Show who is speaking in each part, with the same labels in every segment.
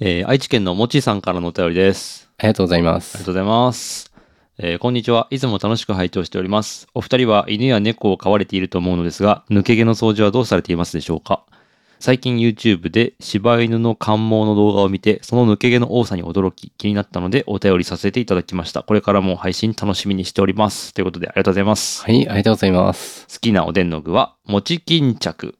Speaker 1: えー愛知県のもちさんからのお便りです。
Speaker 2: ありがとうございま
Speaker 1: ありが
Speaker 2: す。
Speaker 1: とうございます。えーこんにちは。いつも楽しく拝聴しております。お二人は犬や猫を飼われていると思うのですが、抜け毛の掃除はどうされていますでしょうか最近 YouTube で柴犬の感毛の動画を見て、その抜け毛の多さに驚き、気になったのでお便りさせていただきました。これからも配信楽しみにしております。ということでありがとうございます。
Speaker 2: はい、ありがとうございます。
Speaker 1: 好きなおでんの具は、餅巾着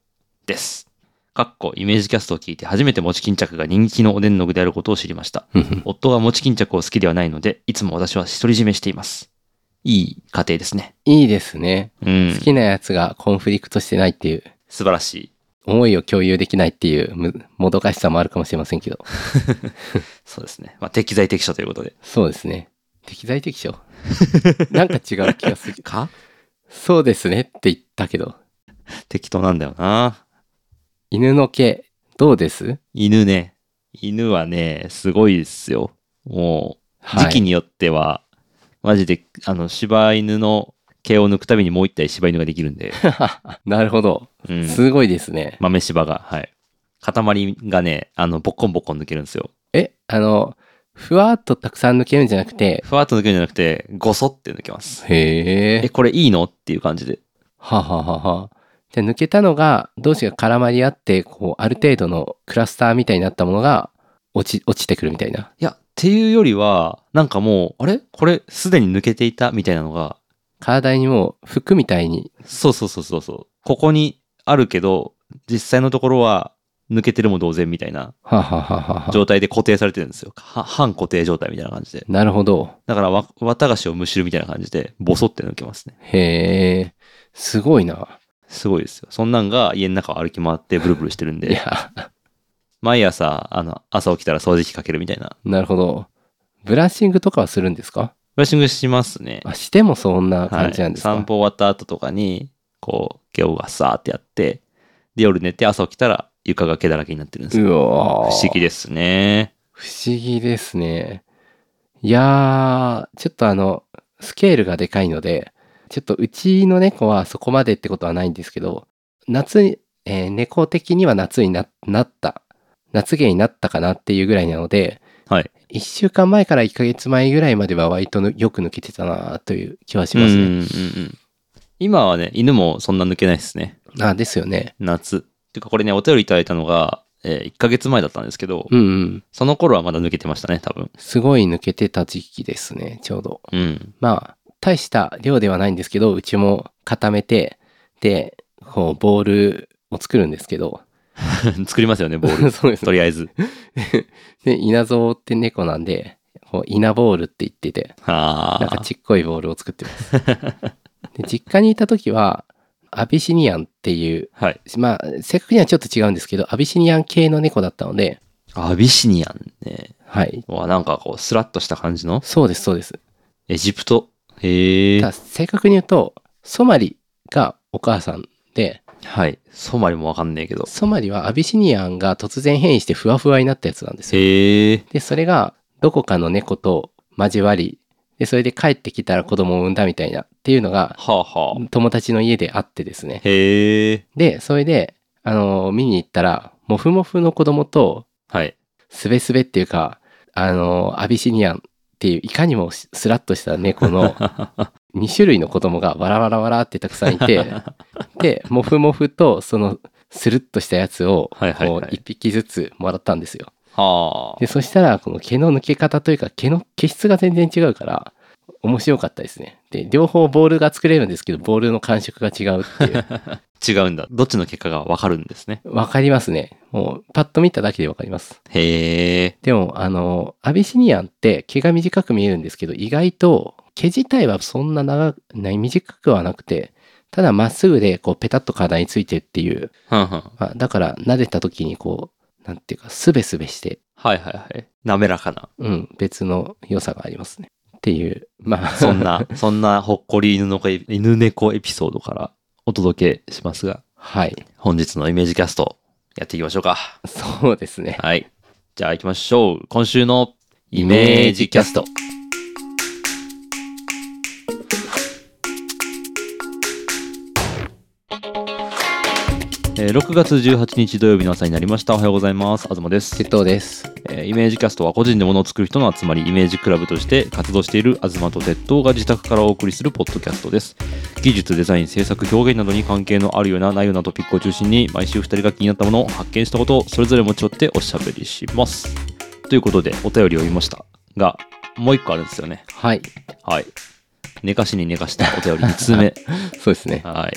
Speaker 1: です。かっこイメージキャストを聞いて初めて餅巾着が人気のおでんの具であることを知りました。
Speaker 2: ふんふん
Speaker 1: 夫が餅巾着を好きではないので、いつも私は独り占めしています。いい家庭ですね。
Speaker 2: いいですね。
Speaker 1: うん
Speaker 2: 好。きなやつがコンフリクトしてないっていう、
Speaker 1: 素晴らしい。
Speaker 2: 思いを共有できないっていうむもどかしさもあるかもしれませんけど。
Speaker 1: そうですね。まあ、適材適所ということで。
Speaker 2: そうですね。適材適 所なんか違う気がする。
Speaker 1: か
Speaker 2: そうですねって言ったけど。
Speaker 1: 適当なんだよな。
Speaker 2: 犬の毛、どうです
Speaker 1: 犬ね。犬はね、すごいですよ。もう、時期
Speaker 2: に。
Speaker 1: によっては、マジで、あの、柴犬の毛を抜くたびにもう一体柴犬ができるん で、
Speaker 2: なるほど。
Speaker 1: うん、
Speaker 2: すごいですね。
Speaker 1: 豆柴が、はい。塊がね、あの、ボッコンボッコン抜けるんですよ。
Speaker 2: え、あの、ふわっとたくさん抜けるんじゃなくて、
Speaker 1: ふわっと抜けるんじゃなくて、ごそって抜けます。
Speaker 2: へ
Speaker 1: え、
Speaker 2: え。
Speaker 1: これいいのっていう感じで。
Speaker 2: はははは。じゃあ抜けたのが、同士が絡まり合って、こう、ある程度のクラスターみたいになったものが、落ち、落ちてくるみたいな。
Speaker 1: いや、っていうよりは、なんかもう、あれこれ、すでに抜けていたみたいなのが、
Speaker 2: 体にもう、服みたいに。
Speaker 1: そうそうそうそうそう。ここにあるけど、実際のところは、抜けてるも同然みたいな
Speaker 2: ははははは。
Speaker 1: 状態で固定されてるんですよ。は半固定状態みたいな感じで。
Speaker 2: なるほど。
Speaker 1: だからわ、綿菓子をむしるみたいな感じで、ボソって抜けますね。
Speaker 2: へえ。すごいな。
Speaker 1: すごいですよ。そんなんが家の中を歩き回ってブルブルしてるん
Speaker 2: い
Speaker 1: で、
Speaker 2: や、
Speaker 1: 毎朝、あの、朝起きたら掃除機かけるみたいな。
Speaker 2: なるほど。ブラッシングとかはするんですか
Speaker 1: ブラッシングしますね。
Speaker 2: あ、してもそんな感じなんですか、
Speaker 1: はい、散歩終わった後とかにこう毛をガサーってやってで夜寝て朝起きたら床が毛だらけになってるんですよ
Speaker 2: う
Speaker 1: 不
Speaker 2: わー
Speaker 1: 思議ですね
Speaker 2: 不思議ですね。いやー、ちょっとあの、スケールがでかいので、ちょっとうちの猫はそこまでってことはないんですけど、夏に、えー猫的には夏にななった、夏毛になったかなっていうぐらいなので、
Speaker 1: はい
Speaker 2: 1週間前から1ヶ月前ぐらいまでは割とぬよく抜けてたなという気はします
Speaker 1: うんうん
Speaker 2: ね。
Speaker 1: うん今はね犬もそんな抜けないですね
Speaker 2: あ、ですよね。
Speaker 1: 夏ていうかこれねお便りいただいたのが、え1ヶ月前だったんですけど
Speaker 2: うんうん。
Speaker 1: その頃はまだ抜けてましたね多分
Speaker 2: すごい抜けてた時期ですね、ちょうど。
Speaker 1: うん
Speaker 2: まあ、大した量ではないんですけど、うちも固めて、で、こう、ボールを作るんですけど、
Speaker 1: 作りますよねボール
Speaker 2: そうです
Speaker 1: とりあえず
Speaker 2: で、稲造って猫なんで、こう、稲ボールって言ってて、
Speaker 1: あ
Speaker 2: なんかちっこいボールを作ってます。 で実家にいた時は、アビシニアンっていう、
Speaker 1: あはい
Speaker 2: まあ、正確にはちょっと違うんですけど、アビシニアン系の猫だったので、
Speaker 1: アビシニアンね
Speaker 2: はい。
Speaker 1: わなんかこうスラッとした感じの
Speaker 2: そうです、そうです。
Speaker 1: エジプトへえ
Speaker 2: ただ正確に言うと、ソマリがお母さんで、
Speaker 1: はい。ソマリもわかんねえけど。
Speaker 2: ソマリはアビシニアンが突然変異してふわふわになったやつなんですよ。
Speaker 1: へえ。
Speaker 2: で、それがどこかの猫と交わり、で、それで帰ってきたら子供を産んだみたいなっていうのが
Speaker 1: はあはあ。
Speaker 2: 友達の家であってですね。
Speaker 1: へえ。
Speaker 2: で、それで、あのー見に行ったら、モフモフの子供と
Speaker 1: はい。
Speaker 2: スベスベっていうか、あのーアビシニアンっていういかにもスラッとした 猫の2種類の子供がわらわらわらってたくさん いて、で、モフモフとそのスルッとしたやつを、こう
Speaker 1: はいはいはい
Speaker 2: 1匹ずつもらったんですよ。
Speaker 1: はあ
Speaker 2: で、。そしたら、この毛の抜け方というか、毛の毛質が全然違うから、面白かったですね。で、両方ボールが作れるんですけど、ボールの感触が違うって いう。
Speaker 1: 違うんだ。どっちの結果がわかるんですね。
Speaker 2: わかりますね。もう、パッと見ただけでわかります。
Speaker 1: へえ。
Speaker 2: でも、あの、アビシニアンって毛が短く見えるんですけど、意外と毛自体はそんな長くない、短くはなくて、ただまっすぐで、こう、ペタッと体についてっていう。
Speaker 1: はんはん。
Speaker 2: まあ、だから、撫でた時にこう、なんていうか、すべすべして、
Speaker 1: はいはいはい。滑らかな。
Speaker 2: うん、別の良さがありますね。っていう、まあ、
Speaker 1: そんな、そんなほっこり犬の子エピ、犬猫エピソードからお届けしますが、
Speaker 2: はい。
Speaker 1: 本日のイメージキャスト、やっていきましょうか。
Speaker 2: そうですね。
Speaker 1: はい。じゃあ行きましょう。今週のイメージキャスト。えー6月18日土曜日の朝になりました。おはようございます。東です。
Speaker 2: 鉄道です。
Speaker 1: えーイメージキャストは個人で物を作る人の集まりイメージクラブとして活動している東と鉄道が自宅からお送りするポッドキャストです技術デザイン制作表現などに関係のあるようなないようなトピックを中心に毎週2人が気になったものを発見したことをそれぞれ持ち寄っておしゃべりしますということでお便りを読みましたがもう1個あるんですよね
Speaker 2: はい。
Speaker 1: はい寝かしに寝かしたお便り2つ目
Speaker 2: そうですね。
Speaker 1: はい、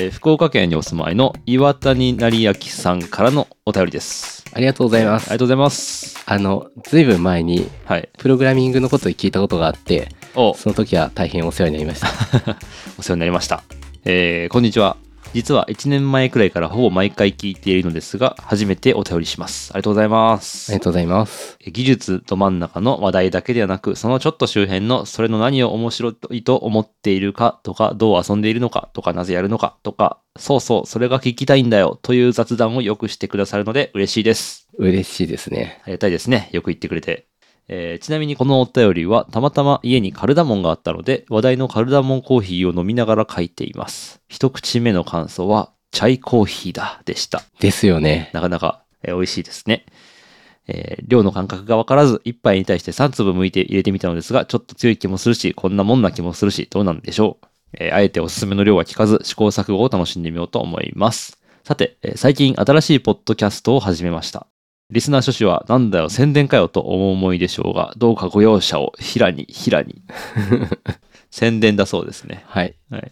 Speaker 1: えー福岡県にお住まいの岩谷成明さんからのお便りです
Speaker 2: ありがとうございま
Speaker 1: あり
Speaker 2: す
Speaker 1: が。とうございます
Speaker 2: あの、ずいぶん前に、
Speaker 1: はい
Speaker 2: プログラミングのことを聞いたことがあって、
Speaker 1: お
Speaker 2: その時は大変お世話になりました。
Speaker 1: お世話になりました。えーこんにちは。実は1年前くらいからほぼ毎回聞いているのですが、初めてお便りします。ありがとうございま
Speaker 2: あ
Speaker 1: す
Speaker 2: りが。とうございます。
Speaker 1: 技術ど真ん中の話題だけではなくそのちょっと周辺のそれの何を面白いと思っているかとかどう遊んでいるのかとかなぜやるのかとかそうそうそれが聞きたいんだよという雑談をよくしてくださるので嬉しいです
Speaker 2: 嬉しいですね。
Speaker 1: ありがたいですね。よく言ってくれて。えーちなみにこのお便りはたまたま家にカルダモンがあったので話題のカルダモンコーヒーを飲みながら書いています。一口目の感想はチャイコーヒーだでした。
Speaker 2: ですよね。
Speaker 1: なかなか、えー美味しいですね。えー量の感覚がわからず1杯に対して3粒剥いて入れてみたのですがちょっと強い気もするしこんなもんな気もするしどうなんでしょう。えーあえておすすめの量は聞かず試行錯誤を楽しんでみようと思います。さて、えー最近新しいポッドキャストを始めました。リスナー諸氏はなんだよ宣伝かよと思う思いでしょうがどうかご容赦をひらにひらに宣伝だそうですね、
Speaker 2: はい。
Speaker 1: はい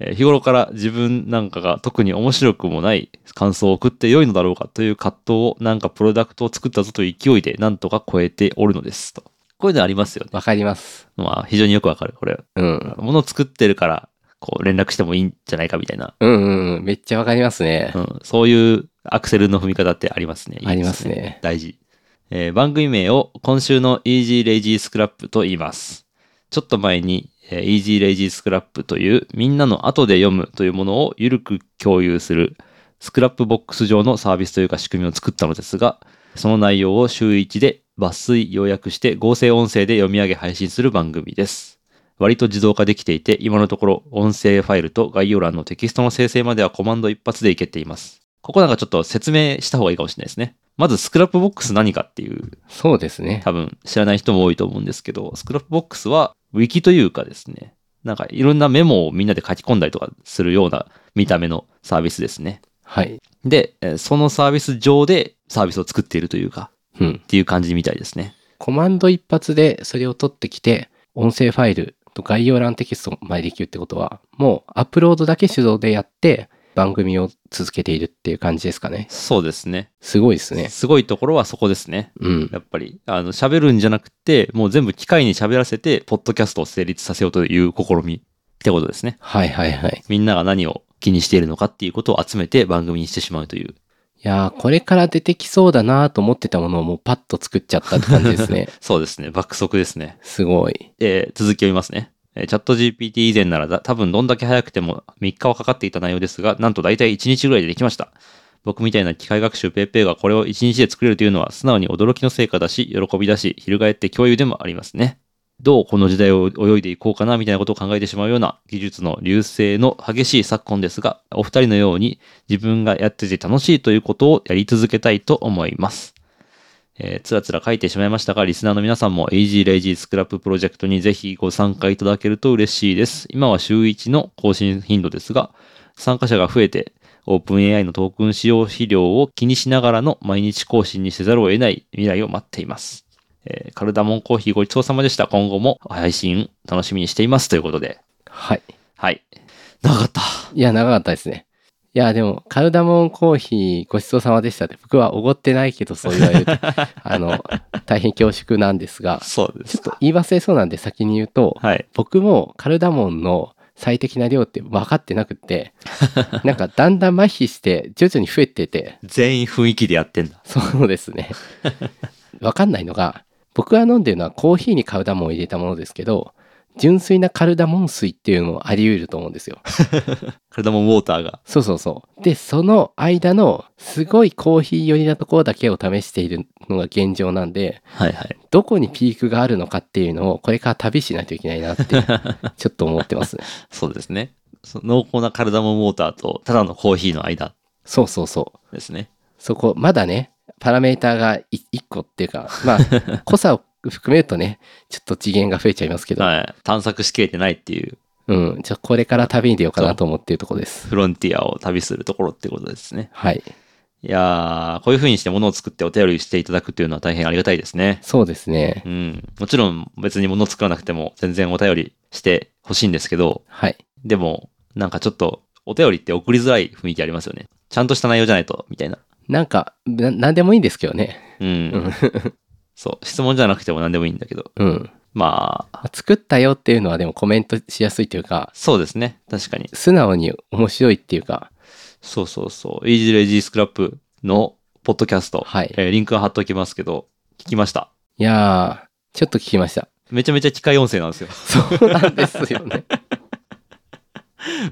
Speaker 1: えー日頃から自分なんかが特に面白くもない感想を送って良いのだろうかという葛藤をなんかプロダクトを作ったぞという勢いでなんとか超えておるのですとこういうのありますよね
Speaker 2: わかります。
Speaker 1: まあ非常によくわかるこれ
Speaker 2: うん。
Speaker 1: 物を作ってるからこう連絡してもいいんじゃないかみたいな、
Speaker 2: うんうんうん。めっちゃわかりますね
Speaker 1: う。ん、そういうアクセルの踏み方ってありますねいいですね
Speaker 2: ありますね。
Speaker 1: 大事、えー番組名を今週の Easy Lazy Scrap と言います。ちょっと前に、えー Easy Lazy Scrap というみんなの後で読むというものをゆるく共有するスクラップボックス上のサービスというか仕組みを作ったのですが、その内容を週1で抜粋要約して合成音声で読み上げ配信する番組です。割と自動化できていて、今のところ音声ファイルと概要欄のテキストの生成まではコマンド一発でいけています。ここなんかちょっと説明した方がいいかもしれないですね。まずスクラップボックス何かっていう、
Speaker 2: そうですね。
Speaker 1: 多分知らない人も多いと思うんですけど、スクラップボックスはウィキというかですね、なんかいろんなメモをみんなで書き込んだりとかするような見た目のサービスですね。
Speaker 2: はい。
Speaker 1: で、えーそのサービス上でサービスを作っているというか、
Speaker 2: うん。
Speaker 1: っていう感じみたいですね。
Speaker 2: コマンド一発でそれを取ってきて、音声ファイルと概要欄テキストまでできるってことは、もうアップロードだけ手動でやって、番組を続けているっていう感じですかね。
Speaker 1: そうですね。
Speaker 2: すごいですね。
Speaker 1: すごいところはそこですね。
Speaker 2: うん。
Speaker 1: やっぱり、あの、喋るんじゃなくて、もう全部機械に喋らせて、ポッドキャストを成立させようという試みってことですね。
Speaker 2: はいはいはい。
Speaker 1: みんなが何を気にしているのかっていうことを集めて番組にしてしまうという。
Speaker 2: いやー、これから出てきそうだなーと思ってたものをもうパッと作っちゃったって感じですね。
Speaker 1: そうですね。爆速ですね。
Speaker 2: すごい。
Speaker 1: えー続きを読みますね。えーチャット GPT 以前ならだ多分どんだけ早くても3日はかかっていた内容ですが、なんと大体1日ぐらいでできました。僕みたいな機械学習ペーペーがこれを1日で作れるというのは素直に驚きの成果だし、喜びだし、翻って共有でもありますね。どうこの時代を泳いでいこうかなみたいなことを考えてしまうような技術の流星の激しい昨今ですが、お二人のように自分がやってて楽しいということをやり続けたいと思います。えーつらつら書いてしまいましたが、リスナーの皆さんも Easy Lazy Scrap プロジェクトにぜひご参加いただけると嬉しいです。今は週1の更新頻度ですが、参加者が増えて、OpenAI のトークン使用肥料を気にしながらの毎日更新にせざるを得ない未来を待っています。えーカルダモンコーヒーごちそうさまでした。今後も配信楽しみにしています。ということで。
Speaker 2: はい。
Speaker 1: はい。なかった。
Speaker 2: いや、長かったですね。いや、でも、カルダモンコーヒーごちそうさまでしたって、僕はおごってないけど、そう言われると、あの、大変恐縮なんですが、
Speaker 1: そうで
Speaker 2: ちょっと。言い忘れそうなんで先に言うと、
Speaker 1: はい。
Speaker 2: 僕もカルダモンの最適な量って分かってなくって、なんかだんだん麻痺して、徐々に増えてて、
Speaker 1: 全員雰囲気でやってんだ。
Speaker 2: そうですね。分かんないのが、僕が飲んでるのはコーヒーにカルダモンを入れたものですけど、純粋なカルダモン水っていうのもあり得ると思うんですよ。
Speaker 1: カルダモンウォーターが。
Speaker 2: そうそうそう。で、その間のすごいコーヒー寄りなところだけを試しているのが現状なんで、
Speaker 1: はいはい。
Speaker 2: どこにピークがあるのかっていうのをこれから旅しないといけないなって、 ちょっと思ってます。
Speaker 1: そうですね。そ濃厚なカルダモンウォーターとただのコーヒーの間。
Speaker 2: そうそうそう。
Speaker 1: ですね。
Speaker 2: そこ、まだね、パラメーターが1個っていうか、まあ、濃さを含めるとね、ちょっと次元が増えちゃいますけど、
Speaker 1: はい。探索しきれてないっていう、
Speaker 2: うん、じゃあこれから旅に出ようかなと思っているところです。
Speaker 1: フロンティアを旅するところってことですね。
Speaker 2: はい。
Speaker 1: いやー、こういう風にして物を作ってお便りしていただくっていうのは大変ありがたいですね。
Speaker 2: そうですね。
Speaker 1: うん。もちろん別に物を作らなくても全然お便りしてほしいんですけど、
Speaker 2: はい。
Speaker 1: でも、なんかちょっとお便りって送りづらい雰囲気ありますよね。ちゃんとした内容じゃないと、みたいな。
Speaker 2: なんか、ななんでもいいんですけどね。
Speaker 1: う。
Speaker 2: うんん。
Speaker 1: そう。質問じゃなくても何でもいいんだけど。
Speaker 2: うん。
Speaker 1: まあ、
Speaker 2: 作ったよっていうのはでもコメントしやすいというか、
Speaker 1: そうですね。確かに。
Speaker 2: 素直に面白いっていうか、
Speaker 1: そうそうそう。イージーレイジースクラップのポッドキャスト。
Speaker 2: はい
Speaker 1: えーリンクは貼っておきますけど、聞きました。
Speaker 2: いやー、ちょっと聞きました。
Speaker 1: めちゃめちゃ機械音声なんです よ。
Speaker 2: そうなんですよね。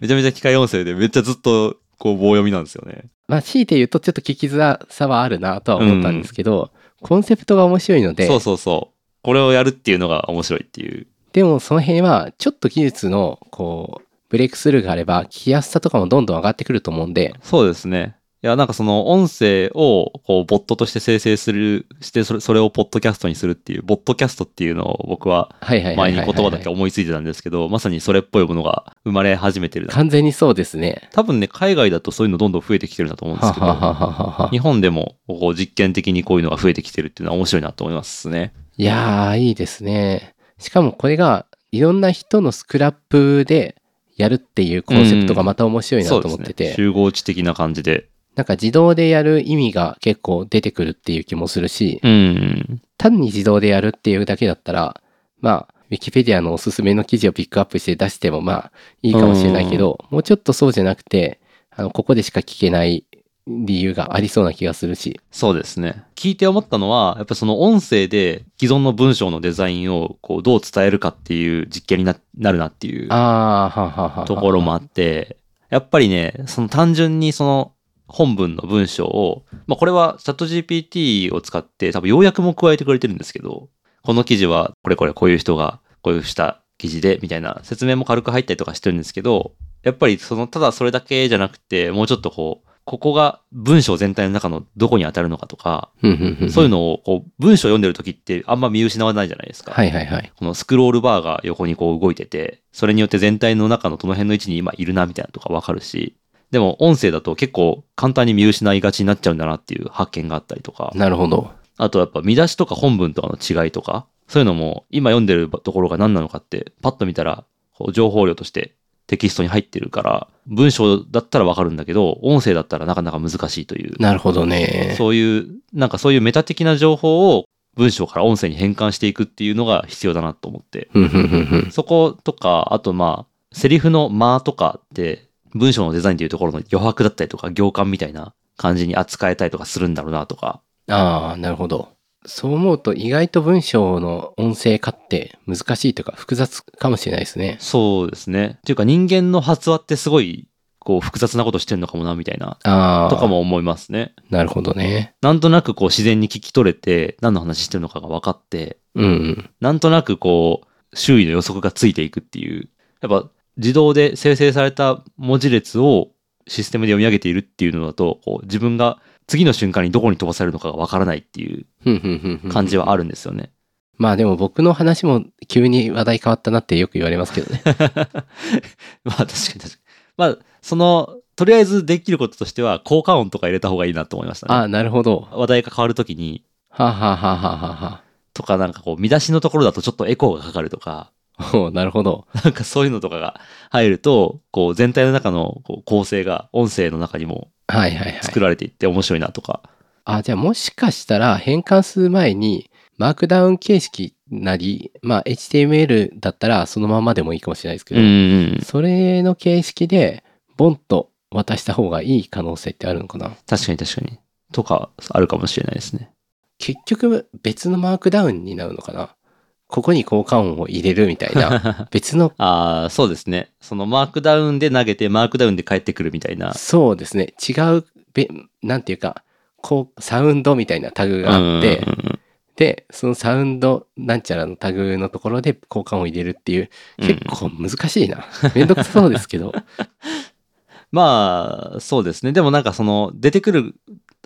Speaker 1: めちゃめちゃ機械音声で、めっちゃずっと、こう、棒読みなんですよね。
Speaker 2: まあ、強いて言うとちょっと聞きづらさはあるなとは思ったんですけど、コンセプトが面白いので
Speaker 1: そう、そうそう。これをやるっていうのが面白いっていう。
Speaker 2: でもその辺はちょっと技術のこう、ブレイクスルーがあれば聞きやすさとかもどんどん上がってくると思うんで、
Speaker 1: そうですね。いや、なんかその音声を、こう、ボットとして生成する、して、それ、それをポッドキャストにするっていう、ボットキャストっていうのを僕は、
Speaker 2: はいはいは
Speaker 1: 前
Speaker 2: い
Speaker 1: に
Speaker 2: は
Speaker 1: 言
Speaker 2: い、
Speaker 1: 葉だけ思いついてたんですけど、まさにそれっぽいものが生まれ始めてるな。
Speaker 2: 完全にそうですね。
Speaker 1: 多分ね、海外だとそういうのどんどん増えてきてるなと思うんで
Speaker 2: は
Speaker 1: すけ
Speaker 2: ははは
Speaker 1: ど、
Speaker 2: はは。
Speaker 1: 日本でも、こう、実験的にこういうのが増えてきてるっていうのは面白いなと思いますね。
Speaker 2: いやー、いいですね。しかもこれが、いろんな人のスクラップでやるっていうコンセプトがまた面白いなと思って
Speaker 1: そうですね
Speaker 2: て、
Speaker 1: 集合地的な感じで。
Speaker 2: なんか自動でやる意味が結構出てくるっていう気もするし、
Speaker 1: うん。
Speaker 2: 単に自動でやるっていうだけだったら、まあ、ウィキペディアのおすすめの記事をピックアップして出してもまあいいかもしれないけど、もうちょっとそうじゃなくて、あの、ここでしか聞けない理由がありそうな気がするし、
Speaker 1: そうですね。聞いて思ったのは、やっぱその音声で既存の文章のデザインをこうどう伝えるかっていう実験にななるなっていう
Speaker 2: あー、はんはんはんはん
Speaker 1: ところもあって、やっぱりね、その単純にその本文の文章を、まあこれはチャット GPT を使って多分要約も加えてくれてるんですけど、この記事はこれこれこういう人がこういうした記事でみたいな説明も軽く入ったりとかしてるんですけど、やっぱりそのただそれだけじゃなくて、もうちょっとこう、ここが文章全体の中のどこに当たるのかとか、
Speaker 2: うんうんうん
Speaker 1: そういうのをこう文章を読んでる時ってあんま見失わないじゃないですか。
Speaker 2: はいはいはい。
Speaker 1: このスクロールバーが横にこう動いてて、それによって全体の中のどの辺の位置に今いるなみたいなのとかわかるし、でも音声だと結構簡単に見失いがちになっちゃうんだなっていう発見があったりとか、
Speaker 2: なるほど。
Speaker 1: あとやっぱ見出しとか本文とかの違いとか、そういうのも今読んでるところが何なのかって、パッと見たらこう情報量としてテキストに入ってるから、文章だったらわかるんだけど、音声だったらなかなか難しいという。
Speaker 2: なるほどね。
Speaker 1: そういう、なんかそういうメタ的な情報を文章から音声に変換していくっていうのが必要だなと思って。
Speaker 2: うんうんうんうん
Speaker 1: そことか、あとまあ、セリフの間とかって、文章のデザインというところの余白だったりとか、行間みたいな感じに扱えたりとかするんだろうなとか。
Speaker 2: ああ、なるほど。そう思うと意外と文章の音声化って難しいというか複雑かもしれないですね。
Speaker 1: そうですね。っていうか人間の発話ってすごい、こう、複雑なことしてるのかもな、みたいな、
Speaker 2: ああ、
Speaker 1: とか。も思いますね。
Speaker 2: なるほどね。
Speaker 1: なんとなくこう、自然に聞き取れて、何の話してるのかが分かって、
Speaker 2: うんうん。
Speaker 1: なんとなくこう、周囲の予測がついていくっていう、やっぱ自動で生成された文字列をシステムで読み上げているっていうのだと、こう自分が次の瞬間にどこに飛ばされるのかがわからないっていう
Speaker 2: ふんふんふんふん
Speaker 1: 感じはあるんですよね。
Speaker 2: まあでも僕の話も急に話題変わったなってよく言われますけ どね。
Speaker 1: まあ確かに確かに。まあその、とりあえずできることとしては効果音とか入れた方がいいなと思いました
Speaker 2: あ
Speaker 1: ね。
Speaker 2: あ、なるほど。
Speaker 1: 話題が変わるときに、
Speaker 2: はあ、はあはあはあは
Speaker 1: とかなんかこう見出しのところだとちょっとエコーがかかるとか、
Speaker 2: あ、おうなるほど。
Speaker 1: なんかそういうのとかが入ると、こう全体の中のこう構成が音声の中にも
Speaker 2: はいはいはい。
Speaker 1: 作られていって面白いなとか。
Speaker 2: あ、じゃあもしかしたら変換する前にマークダウン形式なり、まあ HTML だったらそのままでもいいかもしれないですけど、
Speaker 1: ん。
Speaker 2: それの形式でボンと渡した方がいい可能性ってあるのかな
Speaker 1: 確かに確かに。とか、あるかもしれないですね。
Speaker 2: 結局別のマークダウンになるのかなここに効果音を入れるみたいな 別の
Speaker 1: ああ、そうですね。そのマークダウンで投げて、マークダウンで帰ってくるみたいな。
Speaker 2: そうですね違うべなんていうかこうサウンドみたいなタグがあって
Speaker 1: うんうんうん
Speaker 2: でそのサウンドなんちゃらのタグのところで効果音を入れるっていう
Speaker 1: うん
Speaker 2: 結構難しいな、めんどくさそうですけど
Speaker 1: まあ、そうですね。でもなんかその、出てくる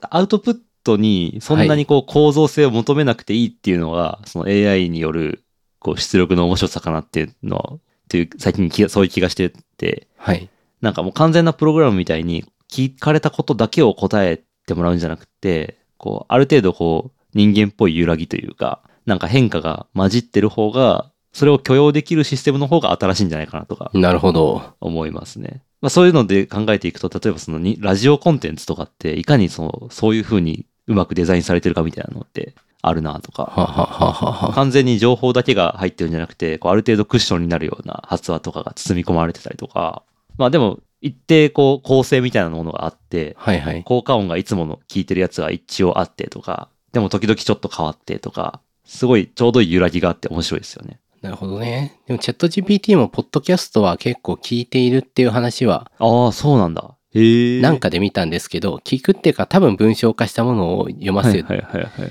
Speaker 1: アウトプットに、そんなにこう構造性を求めなくていいっていうのが、その AI によるこう出力の面白さかなっていうのは、という、最近気がそういう気がしてて、
Speaker 2: はい。
Speaker 1: なんかもう完全なプログラムみたいに、聞かれたことだけを答えてもらうんじゃなくて、こう、ある程度こう、人間っぽい揺らぎというか、なんか変化が混じってる方が、それを許容できるシステムの方が新しいんじゃないかなとか
Speaker 2: なるほど。
Speaker 1: 思いますね。まあそういうので考えていくと、例えばそのにラジオコンテンツとかって、いかにそのそういう風にうまくデザインされてるかみたいなのってあるなとか、
Speaker 2: ははははは。
Speaker 1: 完全に情報だけが入ってるんじゃなくて、こうある程度クッションになるような発話とかが包み込まれてたりとか、まあでも一定こう構成みたいなものがあって、
Speaker 2: はいはい。
Speaker 1: 効果音がいつもの聞いてるやつは一応あってとか、でも時々ちょっと変わってとか、すごいちょうどいい揺らぎがあって面白いですよね。
Speaker 2: なるほどね。でもチャット GPT もポッドキャストは結構聞いているっていう話は
Speaker 1: ああ、そうなんだ。へえ。
Speaker 2: なんかで見たんですけど、聞くっていうか多分文章化したものを読ま
Speaker 1: は
Speaker 2: せ
Speaker 1: い
Speaker 2: る。
Speaker 1: はいはいはいはい。
Speaker 2: っ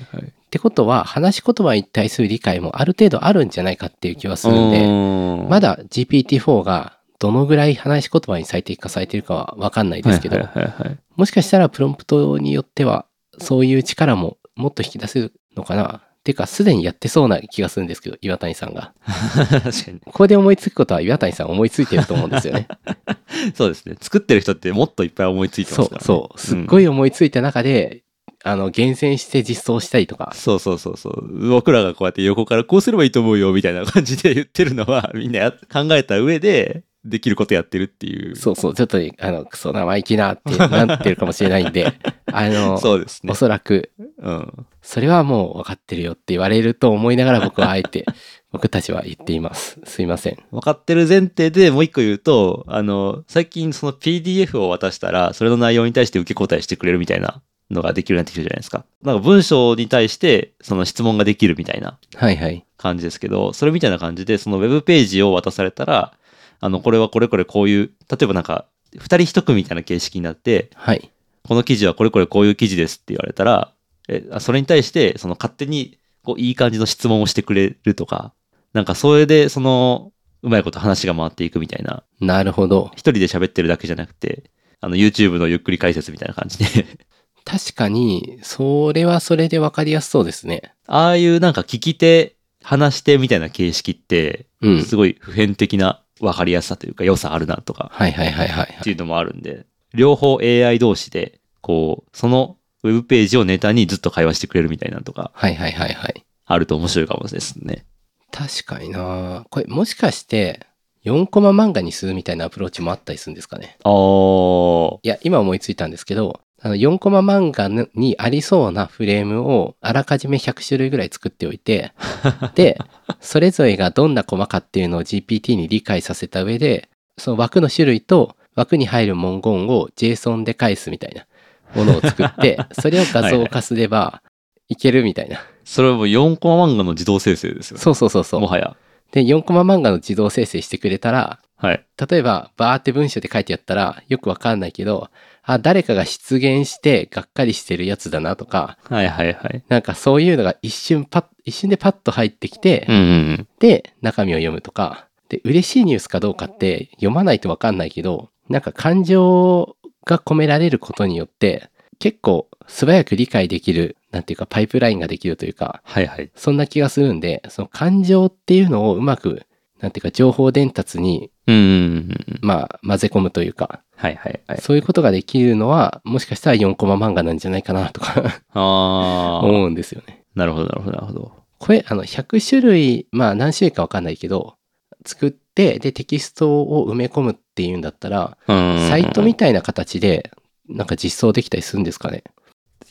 Speaker 2: てことは話し言葉に対する理解もある程度あるんじゃないかっていう気はするんで、
Speaker 1: で
Speaker 2: まだ GPT-4 がどのぐらい話し言葉に最適化されてるかはわかんないですけど、
Speaker 1: はいはいはいはい
Speaker 2: もしかしたらプロンプトによってはそういう力ももっと引き出せるのかなっていうかすでにやってそうな気がするんですけど岩谷さんが
Speaker 1: 確かに。
Speaker 2: ここで思いつくことは岩谷さん思いついてると思うんで すよね
Speaker 1: そうですね。作ってる人ってもっといっぱい思いついてま
Speaker 2: そ
Speaker 1: すから、
Speaker 2: う
Speaker 1: ね。
Speaker 2: そうすっ
Speaker 1: い、
Speaker 2: ごい思いついた中で、あの厳選して実装したりとか
Speaker 1: そうそうそうそう。僕らがこうやって横からこうすればいいと思うよみたいな感じで言ってるのは、みんなや 考えた上で、できることやってるっていう。
Speaker 2: そうそうちょっとあのクソ生意気なってなってるかもしれない んであの
Speaker 1: そうですね
Speaker 2: お。そらく
Speaker 1: うん。
Speaker 2: それはもう分かってるよって言われると思いながら僕はあえ て僕たちは言っていますすいません
Speaker 1: 分かってる前提でもう一個言うと、あの、最近その PDF を渡したら、それの内容に対して受け答えしてくれるみたいなのができるようになってきてるじゃないですか。なんか文章に対して、その質問ができるみたいな
Speaker 2: はいはい
Speaker 1: 感じですけど、それみたいな感じで、そのウェブページを渡されたら、あの、これはこれこれこういう、例えばなんか、二人一組みたいな形式になって、
Speaker 2: はい
Speaker 1: この記事はこれこれこういう記事ですって言われたら、えあそれに対して、その勝手に、こう、いい感じの質問をしてくれるとか、なんか、それで、その、うまいこと話が回っていくみたいな、
Speaker 2: なるほど
Speaker 1: 一人で喋ってるだけじゃなくて、あの、YouTube のゆっくり解説みたいな感じで、
Speaker 2: 確かに、それはそれで分かりやすそうですね。
Speaker 1: ああいうなんか聞き手、話してみたいな形式って、
Speaker 2: うん。
Speaker 1: すごい普遍的な分かりやすさというか良さあるなとか
Speaker 2: はいはいはいはい
Speaker 1: っ。ていうのもあるんで、両方 AI 同士で、こう、そのウェブページをネタにずっと会話してくれるみたいなのとか
Speaker 2: はいはいはいはい。
Speaker 1: あると面白いかもですね。
Speaker 2: 確かになこれもしかして、4コマ漫画にするみたいなアプローチもあったりするんですかね。
Speaker 1: あー。
Speaker 2: いや、今思いついたんですけど、あの4コマ漫画にありそうなフレームをあらかじめ100種類ぐらい作ってお いて、で、それぞれがどんなコマかっていうのを GPT に理解させた上で、その枠の種類と枠に入る文言を JSON で返すみたいなものを作 って、それを画像化すればいけるみたいな。
Speaker 1: それはもう4コマ漫画の自動生成ですよね。
Speaker 2: そうそうそうそ
Speaker 1: も
Speaker 2: う。
Speaker 1: はや。
Speaker 2: で、4コマ漫画の自動生成してくれたら、
Speaker 1: はい。
Speaker 2: 例えばバーって文章で書いてやったらよくわかんないけどあ誰かが出現してがっかりしてるやつだなとか
Speaker 1: はいはいはい。
Speaker 2: なんかそういうのが一瞬パッ一瞬でパッと入ってきて、
Speaker 1: うんうん
Speaker 2: で中身を読むとかで嬉しいニュースかどうかって読まないとわかんないけどなんか感情が込められることによって結構素早く理解できるなんていうかパイプラインができるというか
Speaker 1: はいはい。
Speaker 2: そんな気がするんでその感情っていうのをうまくなんていうか情報伝達に
Speaker 1: うんうんうん。
Speaker 2: まあ混ぜ込むというか
Speaker 1: はいはいはい。
Speaker 2: そういうことができるのは、もしかしたら4コマ漫画なんじゃないかなとか
Speaker 1: あー。
Speaker 2: 思うんですよね。
Speaker 1: なるほどなるほどなるほど。
Speaker 2: これ、あの、100種類、まあ何種類かわかんないけど、作って、で、テキストを埋め込むっていうんだったら、
Speaker 1: うん。
Speaker 2: サイトみたいな形で、なんか実装できたりするんですかね。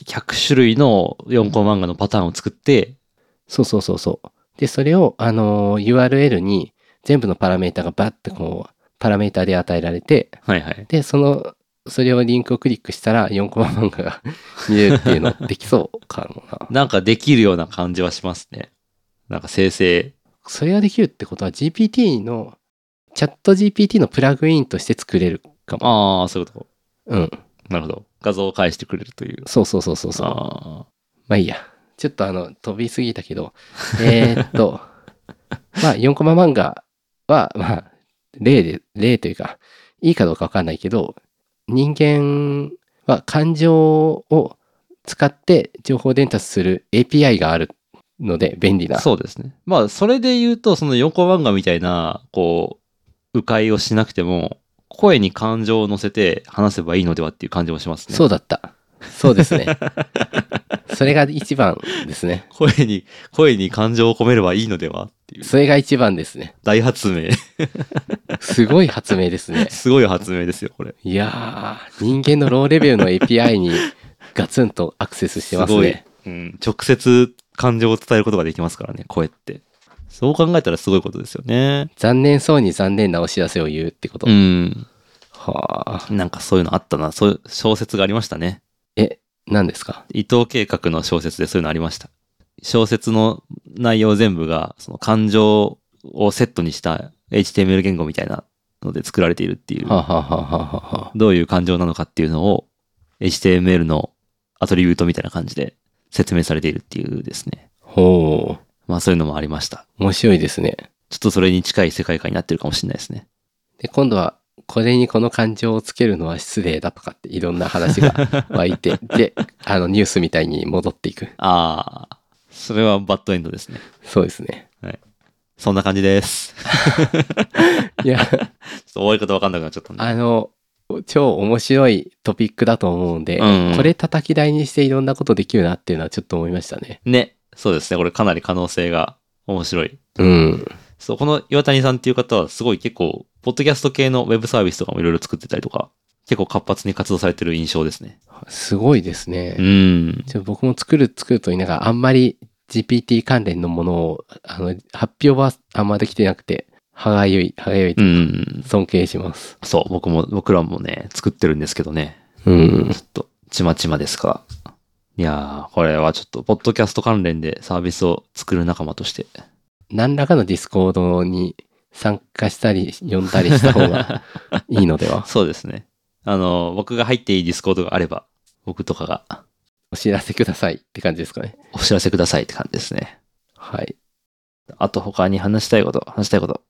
Speaker 1: 100種類の4コマ漫画のパターンを作って、
Speaker 2: そうそうそうそう。で、それを、あのー URL に全部のパラメータがバッてこう、パラメータで与えられて、
Speaker 1: はいはい。
Speaker 2: で、その、それをリンクをクリックしたら4コマ漫画が見れるっていうのできそうかもな。
Speaker 1: なんかできるような感じはしますね。なんか生成。
Speaker 2: それができるってことは GPT の、チャット GPT のプラグインとして作れるかも。
Speaker 1: ああ、そういうこと。
Speaker 2: うん。
Speaker 1: なるほど。画像を返してくれるという。
Speaker 2: そうそうそうそうそう。
Speaker 1: あ
Speaker 2: まあいいや。ちょっとあの、飛びすぎたけど。えーっと、 まあ4コマ漫画は、まあ、例で、例というか、いいかどうかわかんないけど、人間は感情を使って情報伝達する API があるので便利な。
Speaker 1: そうですね。まあ、それで言うと、その横漫画みたいな、こう、迂回をしなくても、声に感情を乗せて話せばいいのではっていう感じもしますね。
Speaker 2: そうだった。そうで すね。それが一番ですね。
Speaker 1: 声に、声に感情を込めればいいのではっていう。
Speaker 2: それが一番ですね。
Speaker 1: 大発 明。
Speaker 2: すごい発明ですね。
Speaker 1: すごい発明ですよ、これ。
Speaker 2: いやー、人間のローレベルの API にガツンとアクセスしてますね。
Speaker 1: ごい、うん。直接感情を伝えることができますからね、声って。そう考えたらすごいことですよね。
Speaker 2: 残念そうに残念なお知らせを言うってこと。
Speaker 1: うん。
Speaker 2: はあ。
Speaker 1: なんかそういうのあったな。そういう小説がありましたね。
Speaker 2: え、何ですか
Speaker 1: 伊藤計画の小説でそういうのありました。小説の内容全部が、その感情をセットにした HTML 言語みたいなので作られているっていう、
Speaker 2: はあ、はあはあはあはあ、
Speaker 1: どういう感情なのかっていうのを HTML のアトリビュートみたいな感じで説明されているっていうですね。
Speaker 2: ほう。
Speaker 1: まあそういうのもありました。
Speaker 2: 面白いですね。
Speaker 1: ちょっとそれに近い世界観になってるかもしれないですね。
Speaker 2: で、今度は、これにこの感情をつけるのは失礼だとかっていろんな話が湧いて、で、あのニュースみたいに戻っていく。
Speaker 1: ああ、それはバッドエンドですね。
Speaker 2: そうですね。
Speaker 1: そんな感じです。ちょ
Speaker 2: いや、
Speaker 1: っと終わり方わかんなくなっちゃったんで。
Speaker 2: あの、超面白いトピックだと思うんで、
Speaker 1: うんうん
Speaker 2: これ叩き台にしていろんなことできるなっていうのはちょっと思いましたね。
Speaker 1: ね。そうですね。これかなり可能性が面白い
Speaker 2: うん。
Speaker 1: そう、この岩谷さんっていう方はすごい結構、ポッドキャスト系のウェブサービスとかもいろいろ作ってたりとか、結構活発に活動されてる印象ですね。
Speaker 2: すごいですね。
Speaker 1: うん。
Speaker 2: ちょ僕も作る作ると言いながら、あんまり GPT 関連のものを、あの、発表はあんまできてなくて、歯がゆい、歯がゆいと
Speaker 1: う、ん。
Speaker 2: 尊敬します。
Speaker 1: そう、僕も、僕らもね、作ってるんですけどね。
Speaker 2: うん。
Speaker 1: ちょっと、ちまちまですが。いやー、これはちょっと、ポッドキャスト関連でサービスを作る仲間として。
Speaker 2: 何らかのディスコードに参加したり、呼んだりした方がいいのでは
Speaker 1: そうですね。あの、僕が入っていいディスコードがあれば、僕とかが
Speaker 2: お知らせくださいって感じですかね。
Speaker 1: お知らせくださいって感じですね。
Speaker 2: はい。
Speaker 1: あと他に話したいこと、話したいこと。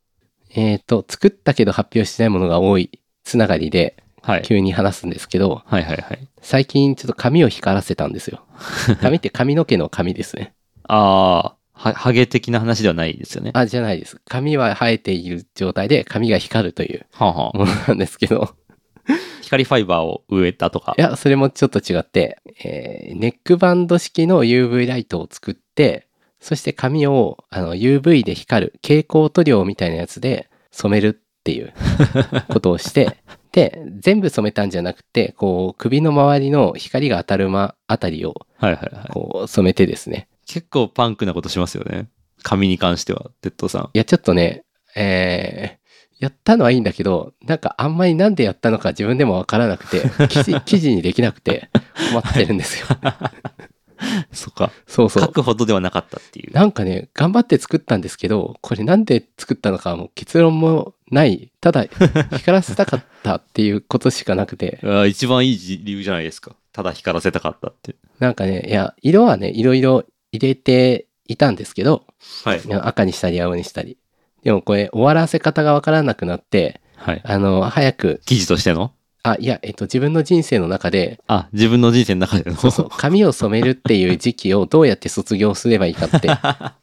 Speaker 2: えっ、と、作ったけど発表してないものが多いつながりで、
Speaker 1: はい。
Speaker 2: 急に話すんですけど、
Speaker 1: はいはいはい。
Speaker 2: 最近ちょっと髪を光らせたんですよ。髪って髪の毛の髪ですね。
Speaker 1: ああ、は、ハゲ的な話ではないですよね。
Speaker 2: あ、じゃないです。髪は生えている状態で髪が光るという
Speaker 1: はあはあ
Speaker 2: ものなんですけど、
Speaker 1: 光ファイバーを植えたとか
Speaker 2: い。や、それもちょっと違って、えーネックバンド式の UV ライトを作って、そして髪をあの UV で光る蛍光塗料みたいなやつで染めるっていうことをして、で、全部染めたんじゃなくて、こう、首の周りの光が当たるま、あたりを
Speaker 1: はいはいはい。
Speaker 2: こう染めてですね。
Speaker 1: 結構パンクなことしますよね。髪に関しては、鉄道さん。
Speaker 2: いや、ちょっとね、えーやったのはいいんだけど、なんかあんまりなんでやったのか自分でもわからなくて、記事、記事にできなくて困ってるんですよ。
Speaker 1: そっか。
Speaker 2: そうそう
Speaker 1: 書。くほどではなかったっていう。
Speaker 2: なんかね、頑張って作ったんですけど、これなんで作ったのかもう結論もない、ただ光らせたかったっていうことしかなくて、
Speaker 1: あー一番いい理由じゃないですか。ただ光らせたかったって。
Speaker 2: なんかね、いや、色はね、いろいろ入れていたんですけど、
Speaker 1: はい
Speaker 2: い。や赤にしたり青にしたり。でもこれ終わらせ方がわからなくなって、
Speaker 1: はい。
Speaker 2: あの、早く、
Speaker 1: 記事としての
Speaker 2: あ、いや、えっと、自分の人生の中で、
Speaker 1: あ、自分の人生の中での。
Speaker 2: そうそう、髪を染めるっていう時期をどうやって卒業すればいいかって、
Speaker 1: あ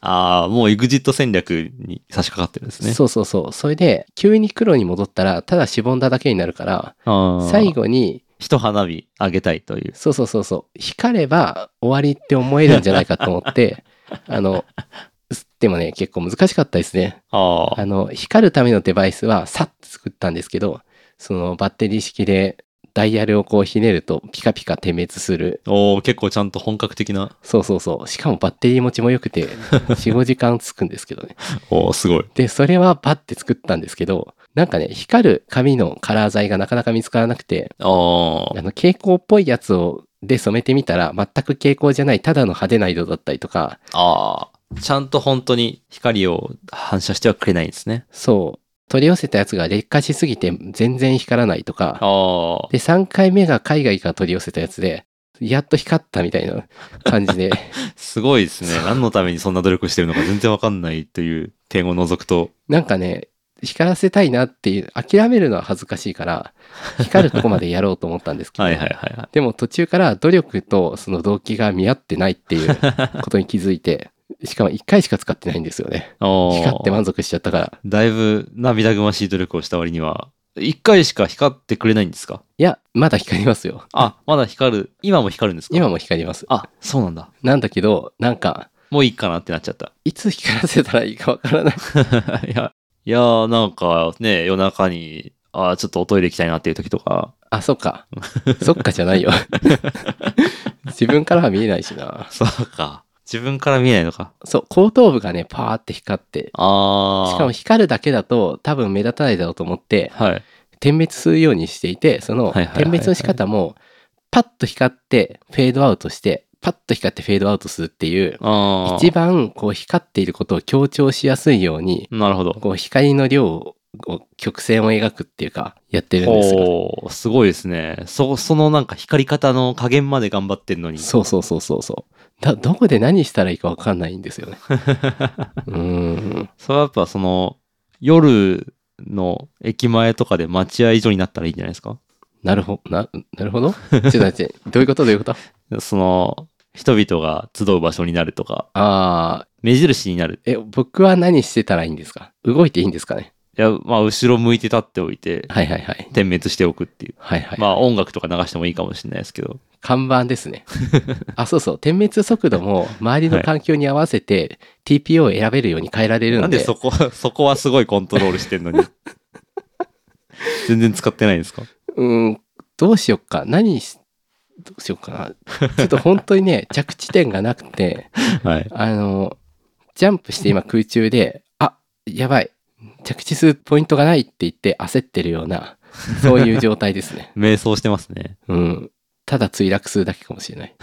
Speaker 1: あ、もう EXIT 戦略に差し掛かってるんですね。
Speaker 2: そうそうそう、それで、急に黒に戻ったら、ただしぼんだだけになるから、
Speaker 1: あー
Speaker 2: 最。後に、
Speaker 1: 一花火あげたいという。
Speaker 2: そうそうそうそう、光れば終わりって思えるんじゃないかと思って、あの、でもね、結構難しかったですね。
Speaker 1: ああ。
Speaker 2: あの、光るためのデバイスは、さっと作ったんですけど、そのバッテリー式で、ダイヤルをこうひねるとピカピカ点滅する
Speaker 1: おお結構ちゃんと本格的な。
Speaker 2: そうそうそう。しかもバッテリー持ちも良くて、4、5時間つくんですけどね。
Speaker 1: おおすごい。
Speaker 2: で、それはパッて作ったんですけど、なんかね、光る紙のカラー剤がなかなか見つからなくて、
Speaker 1: あ
Speaker 2: あの、蛍光っぽいやつを、で染めてみたら、全く蛍光じゃない、ただの派手な色だったりとか、
Speaker 1: あ。ああ。ちゃんと本当に光を反射してはくれないんですね。
Speaker 2: そう、取り寄せたやつが劣化しすぎて全然光らないとか、
Speaker 1: ああ。
Speaker 2: で、3回目が海外から取り寄せたやつで、やっと光ったみたいな 感じで、
Speaker 1: すごいですね。何のためにそんな努力してるのか全然わかんないという点を除くと。
Speaker 2: なんかね、光らせたいなっていう、諦めるのは恥ずかしいから、光るとこまでやろうと思ったんですけ ど、
Speaker 1: はいはいはいはい。
Speaker 2: でも途中から努力とその動機が見合ってないっていうことに気づいて、しかも1回しか使ってないんですよね。
Speaker 1: おー
Speaker 2: 光って満足しちゃったから。
Speaker 1: だいぶ涙ぐましい努力をした割には、一回しか光ってくれないんですか
Speaker 2: いや、まだ光りますよ。
Speaker 1: あ、まだ光る。今も光るんですか
Speaker 2: 今も光ります。
Speaker 1: あ、そうなんだ。
Speaker 2: なんだけど、なんか、
Speaker 1: もういいかなってなっちゃった。
Speaker 2: いつ光らせたらいいかわからない。
Speaker 1: いや、いやーなんかね、夜中に、あーちょっとおトイレ行きたいなっていう時とか、
Speaker 2: あ、そっか。そっかじゃないよ。 自分からは見えないしな。
Speaker 1: そうか。自分から見えないのか。
Speaker 2: そう、後頭部がね、パーって光って。
Speaker 1: あー。
Speaker 2: しかも、光るだけだと多分目立たないだろうと思って、
Speaker 1: はい。
Speaker 2: 点滅するようにしていて、その
Speaker 1: はいはいはいはい
Speaker 2: 点滅の仕方も、パッと光ってフェードアウトして、パッと光ってフェードアウトするっていう、
Speaker 1: あー
Speaker 2: 一番こう光っていることを強調しやすいように、
Speaker 1: なるほど。
Speaker 2: こう光の量を曲線を描くっていうか、やってるんですよ。
Speaker 1: おーすごいですね。そ、そのなんか光り方の加減まで頑張ってんのに。
Speaker 2: そうそうそうそうそう。だ、どこで何したらいいかわかんないんですよ ね。うーん。
Speaker 1: それはやっぱその、夜の駅前とかで待合所になったらいいんじゃないですか
Speaker 2: なるほど、な、なるほどちょっと待 って、どういうことどういうこと
Speaker 1: その、人々が集う場所になるとか、
Speaker 2: ああ、
Speaker 1: 目印になる。
Speaker 2: え、僕は何してたらいいんですか動いていいんですかね
Speaker 1: いや、まあ、後ろ向いて立っておいて、
Speaker 2: はいはいはい。
Speaker 1: 点滅しておくっていう。
Speaker 2: はいはい。
Speaker 1: まあ、音楽とか流してもいいかもしれないですけど。
Speaker 2: 看板です ね。あ、そうそう。点滅速度も周りの環境に合わせて TPO を選べるように変えられる
Speaker 1: なん
Speaker 2: んで。
Speaker 1: でそこ、 そこはすごいコントロールしてんの に。全然使ってないんですか
Speaker 2: うん、どうしよっか。何し、どうしよっかな。ちょっと本当にね、着地点がなくて、
Speaker 1: はい。
Speaker 2: あの、ジャンプして今空中で、あ、やばい。着地するポイントがないって言って焦ってるような、そういう状態で すね。
Speaker 1: 瞑想してますね。
Speaker 2: うん。ただ墜落するだけかもしれない。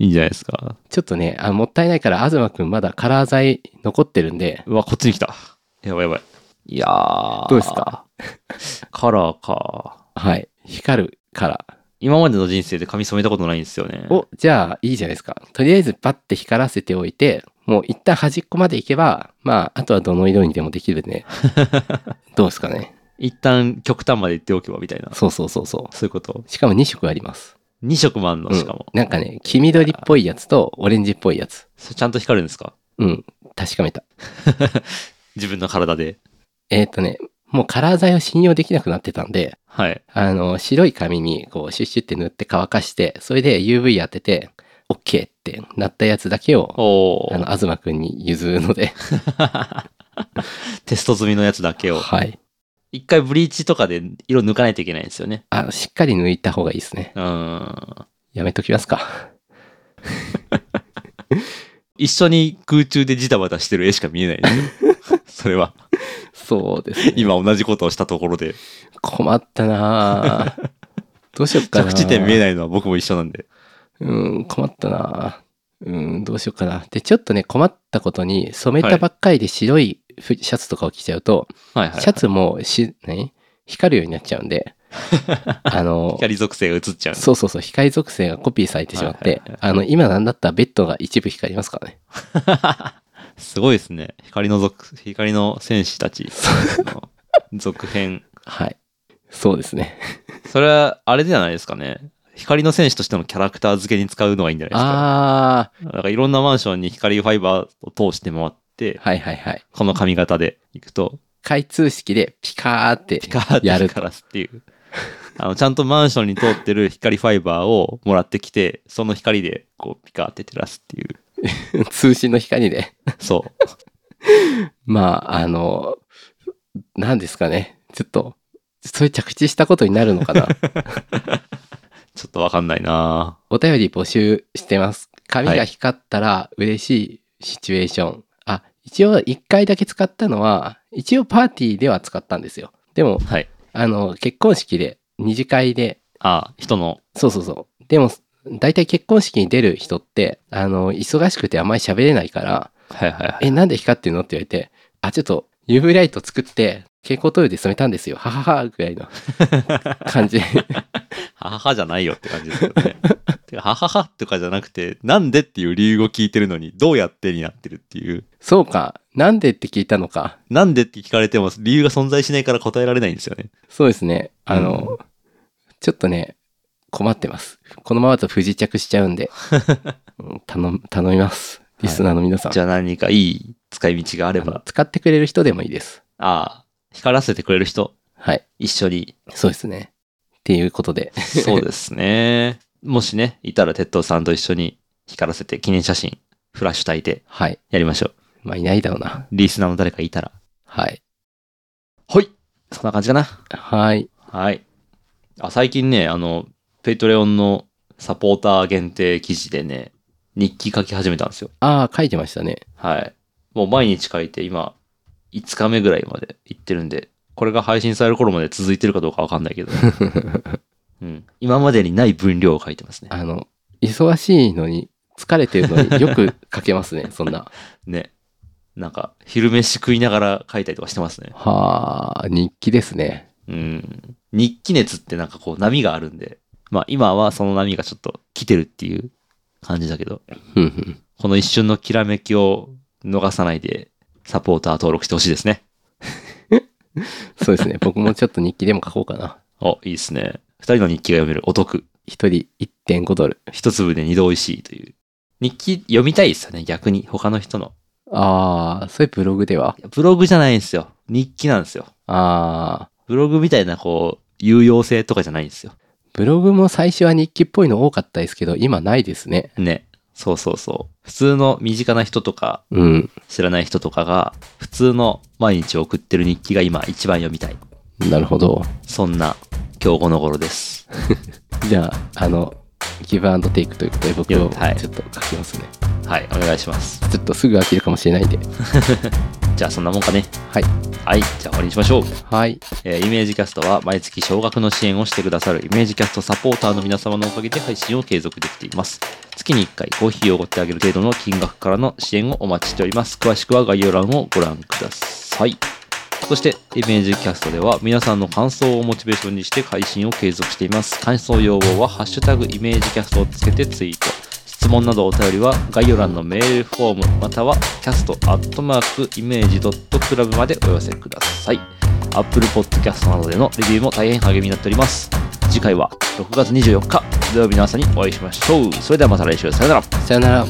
Speaker 1: いいんじゃないですか。
Speaker 2: ちょっとね、あもったいないから、東くんまだカラー剤残ってるんで、
Speaker 1: うわ、こっちに来た。やばいやばい。いやー。
Speaker 2: どうですか
Speaker 1: カラーか。
Speaker 2: はい。光るから。
Speaker 1: 今までの人生で髪染めたことないんですよね。
Speaker 2: お、じゃあいいじゃないですか。とりあえずパッて光らせておいて、もう一旦端っこまで行けば、まあ、あとはどの色にでもできる ね。どうですかね。
Speaker 1: 一旦極端まで行っておけばみたいな。
Speaker 2: そうそうそうそ
Speaker 1: そういうこと。
Speaker 2: う。しかも2色あります。
Speaker 1: 2色もあんの、
Speaker 2: うん
Speaker 1: しかも。
Speaker 2: なんかね、黄緑っぽいやつとオレンジっぽいやつ。
Speaker 1: それちゃんと光るんですか
Speaker 2: うん。確かめた。
Speaker 1: 自分の体で。
Speaker 2: えーっ、とね、もうカラー剤を信用できなくなってたんで、
Speaker 1: はい。
Speaker 2: あの、白い紙にこうシュッシュって塗って乾かして、それで UV 当てて、OK ってなったやつだけを、
Speaker 1: お
Speaker 2: あの、
Speaker 1: ー。
Speaker 2: 東くんに譲るので、
Speaker 1: テスト済みのやつだけを。
Speaker 2: はい。
Speaker 1: 一回ブリーチとかで色抜かないといけないんですよね。
Speaker 2: あの、しっかり抜いた方がいいですね。
Speaker 1: うーん。
Speaker 2: やめときますか。
Speaker 1: 一緒に空中でジタバタしてる絵しか見えないです よ。それは。
Speaker 2: そうです、ね。
Speaker 1: 今同じことをしたところで。
Speaker 2: 困ったなあ どうしよっかな
Speaker 1: 着地点見えないのは僕も一緒なんで。
Speaker 2: うん、困ったなあうん、どうしようかな。で、ちょっとね、困ったことに、染めたばっかりで白いふシャツとかを着ちゃうと、
Speaker 1: はいはい。
Speaker 2: シャツもし、何光るようになっちゃう んで、あの、
Speaker 1: 光属性が映っちゃう。
Speaker 2: そうそうそう、光属性がコピーされてしまっ
Speaker 1: はい
Speaker 2: て
Speaker 1: はいはい、
Speaker 2: あの、今なんだったらベッドが一部光りますからね。
Speaker 1: すごいですね。光の属、光の戦士た ち。の続編。
Speaker 2: はい。そうですね。
Speaker 1: それは、あれじゃないですかね。光の戦士としてのキャラクター付けに使うのがいいんじゃないですか。
Speaker 2: あ
Speaker 1: だからいろんなマンションに光ファイバーを通して回って
Speaker 2: あ、、はいはいはい。
Speaker 1: この髪型で行くと、
Speaker 2: 開通式でピカーっ て
Speaker 1: ピカーって
Speaker 2: やる
Speaker 1: 光らすっていう。あの、ちゃんとマンションに通ってる光ファイバーをもらってきて、その光でこうピカーって照らすって いう。
Speaker 2: 通信の光で。
Speaker 1: そう。
Speaker 2: まあ、あの、何ですかね。ちょっと、そういう着地したことになるのかな。
Speaker 1: ちょっとわかんないな
Speaker 2: お便り募集してます。髪
Speaker 1: は
Speaker 2: が
Speaker 1: い
Speaker 2: 光ったら嬉しいシチュエーション。あ、一応一回だけ使ったのは、一応パーティーでは使ったんですよ。でも、
Speaker 1: はい。
Speaker 2: あの、結婚式で、二次会で、
Speaker 1: あ、人の。
Speaker 2: そうそうそう。でも、大体結婚式に出る人って、あの、忙しくてあんまり喋れないから、
Speaker 1: はいはいはい。
Speaker 2: え、なんで光ってんのって言われて、あ、ちょっと UV ライト作って、蛍光トイレで染めたんですよ。ははは、ぐらいの感じ。
Speaker 1: 母じゃないよって感じですよね。てかはははとかじゃなくて、なんでっていう理由を聞いてるのに、どうやってになってるっていう。
Speaker 2: そうか。なんでって聞いたのか。
Speaker 1: なんでって聞かれても理由が存在しないから答えられないんですよね。
Speaker 2: そうですね。あの、ちょっとね、困ってます。このままだと不時着しちゃうん で、うん頼む頼みます。リスナーの皆さん。
Speaker 1: じゃあ何かいい使い道があれ
Speaker 2: あの
Speaker 1: ば。
Speaker 2: 使ってくれる人でもいいです。
Speaker 1: ああ、光らせてくれる人、
Speaker 2: はい。
Speaker 1: 一緒に。
Speaker 2: そうですね。っていうことで。
Speaker 1: そうですね。もしね、いたら鉄道さんと一緒に光らせて記念写真、フラッシュ焚いて
Speaker 2: はい。
Speaker 1: やりましょう。
Speaker 2: まあ、いないだろうな。
Speaker 1: リスナーの誰かいたら。
Speaker 2: はい。
Speaker 1: はい。そんな感じかな。
Speaker 2: はい。
Speaker 1: はい。あ、最近ね、あの、ペイトレオンのサポーター限定記事でね、日記書き始めたんですよ。
Speaker 2: ああ、書いてましたね。
Speaker 1: はい。もう毎日書いて、今、5日目ぐらいまで行ってるんで、これが配信される頃まで続いてるかどうかわかんないけ ど、うん。今までにない分量を書いてますね。
Speaker 2: あの、忙しいのに、疲れてるの によく書けますね、そんな。
Speaker 1: ね。なんか、昼飯食いながら書いたりとかしてますね。
Speaker 2: はあ、日記ですね。
Speaker 1: うん。日記熱ってなんかこう波があるんで、まあ今はその波がちょっと来てるっていう感じだけど、
Speaker 2: ふんふん
Speaker 1: この一瞬のきらめきを逃さないで、サポーター登録してほしいですね。
Speaker 2: そうですね。僕もちょっと日記でも書こうかな。
Speaker 1: お、いいですね。二人の日記が読めるお得。
Speaker 2: 一人1.5ドル。
Speaker 1: 一粒で二度美味しいという。日記読みたいですよね、逆に。他の人の。
Speaker 2: ああ、それブログではい
Speaker 1: やブログじゃないんですよ。日記なんですよ。
Speaker 2: ああ、
Speaker 1: ブログみたいなこう、有用性とかじゃないんですよ。
Speaker 2: ブログも最初は日記っぽいの多かったですけど、今ないですね。
Speaker 1: ね。そうそうそう。普通の身近な人とか、
Speaker 2: うん。
Speaker 1: 知らない人とかが、普通の毎日送ってる日記が今一番読みたい。
Speaker 2: なるほど。
Speaker 1: そんな、今日この頃です。
Speaker 2: じゃあ、あの、ギブアンドテイクということで僕を
Speaker 1: はい
Speaker 2: ちょっと書きますね。
Speaker 1: はい、お願いします。
Speaker 2: ちょっとすぐ飽きるかもしれないんで。
Speaker 1: じゃあそんなもんかね。
Speaker 2: はい。
Speaker 1: はい、じゃあ終わりにしましょう。
Speaker 2: はい。
Speaker 1: えーイメージキャストは毎月少額の支援をしてくださるイメージキャストサポーターの皆様のおかげで配信を継続できています。月に1回コーヒーをおごってあげる程度の金額からの支援をお待ちしております。詳しくは概要欄をご覧ください。そして、イメージキャストでは皆さんの感想をモチベーションにして配信を継続しています。感想要望はハッシュタグイメージキャストをつけてツイート。質問などお便りは概要欄のメールフォームまたは cast.image.club までお寄せください。Apple Podcast などでのレビューも大変励みになっております。次回は6月24日土曜日の朝にお会いしましょう。それではまた来週さよなら。
Speaker 2: さよなら。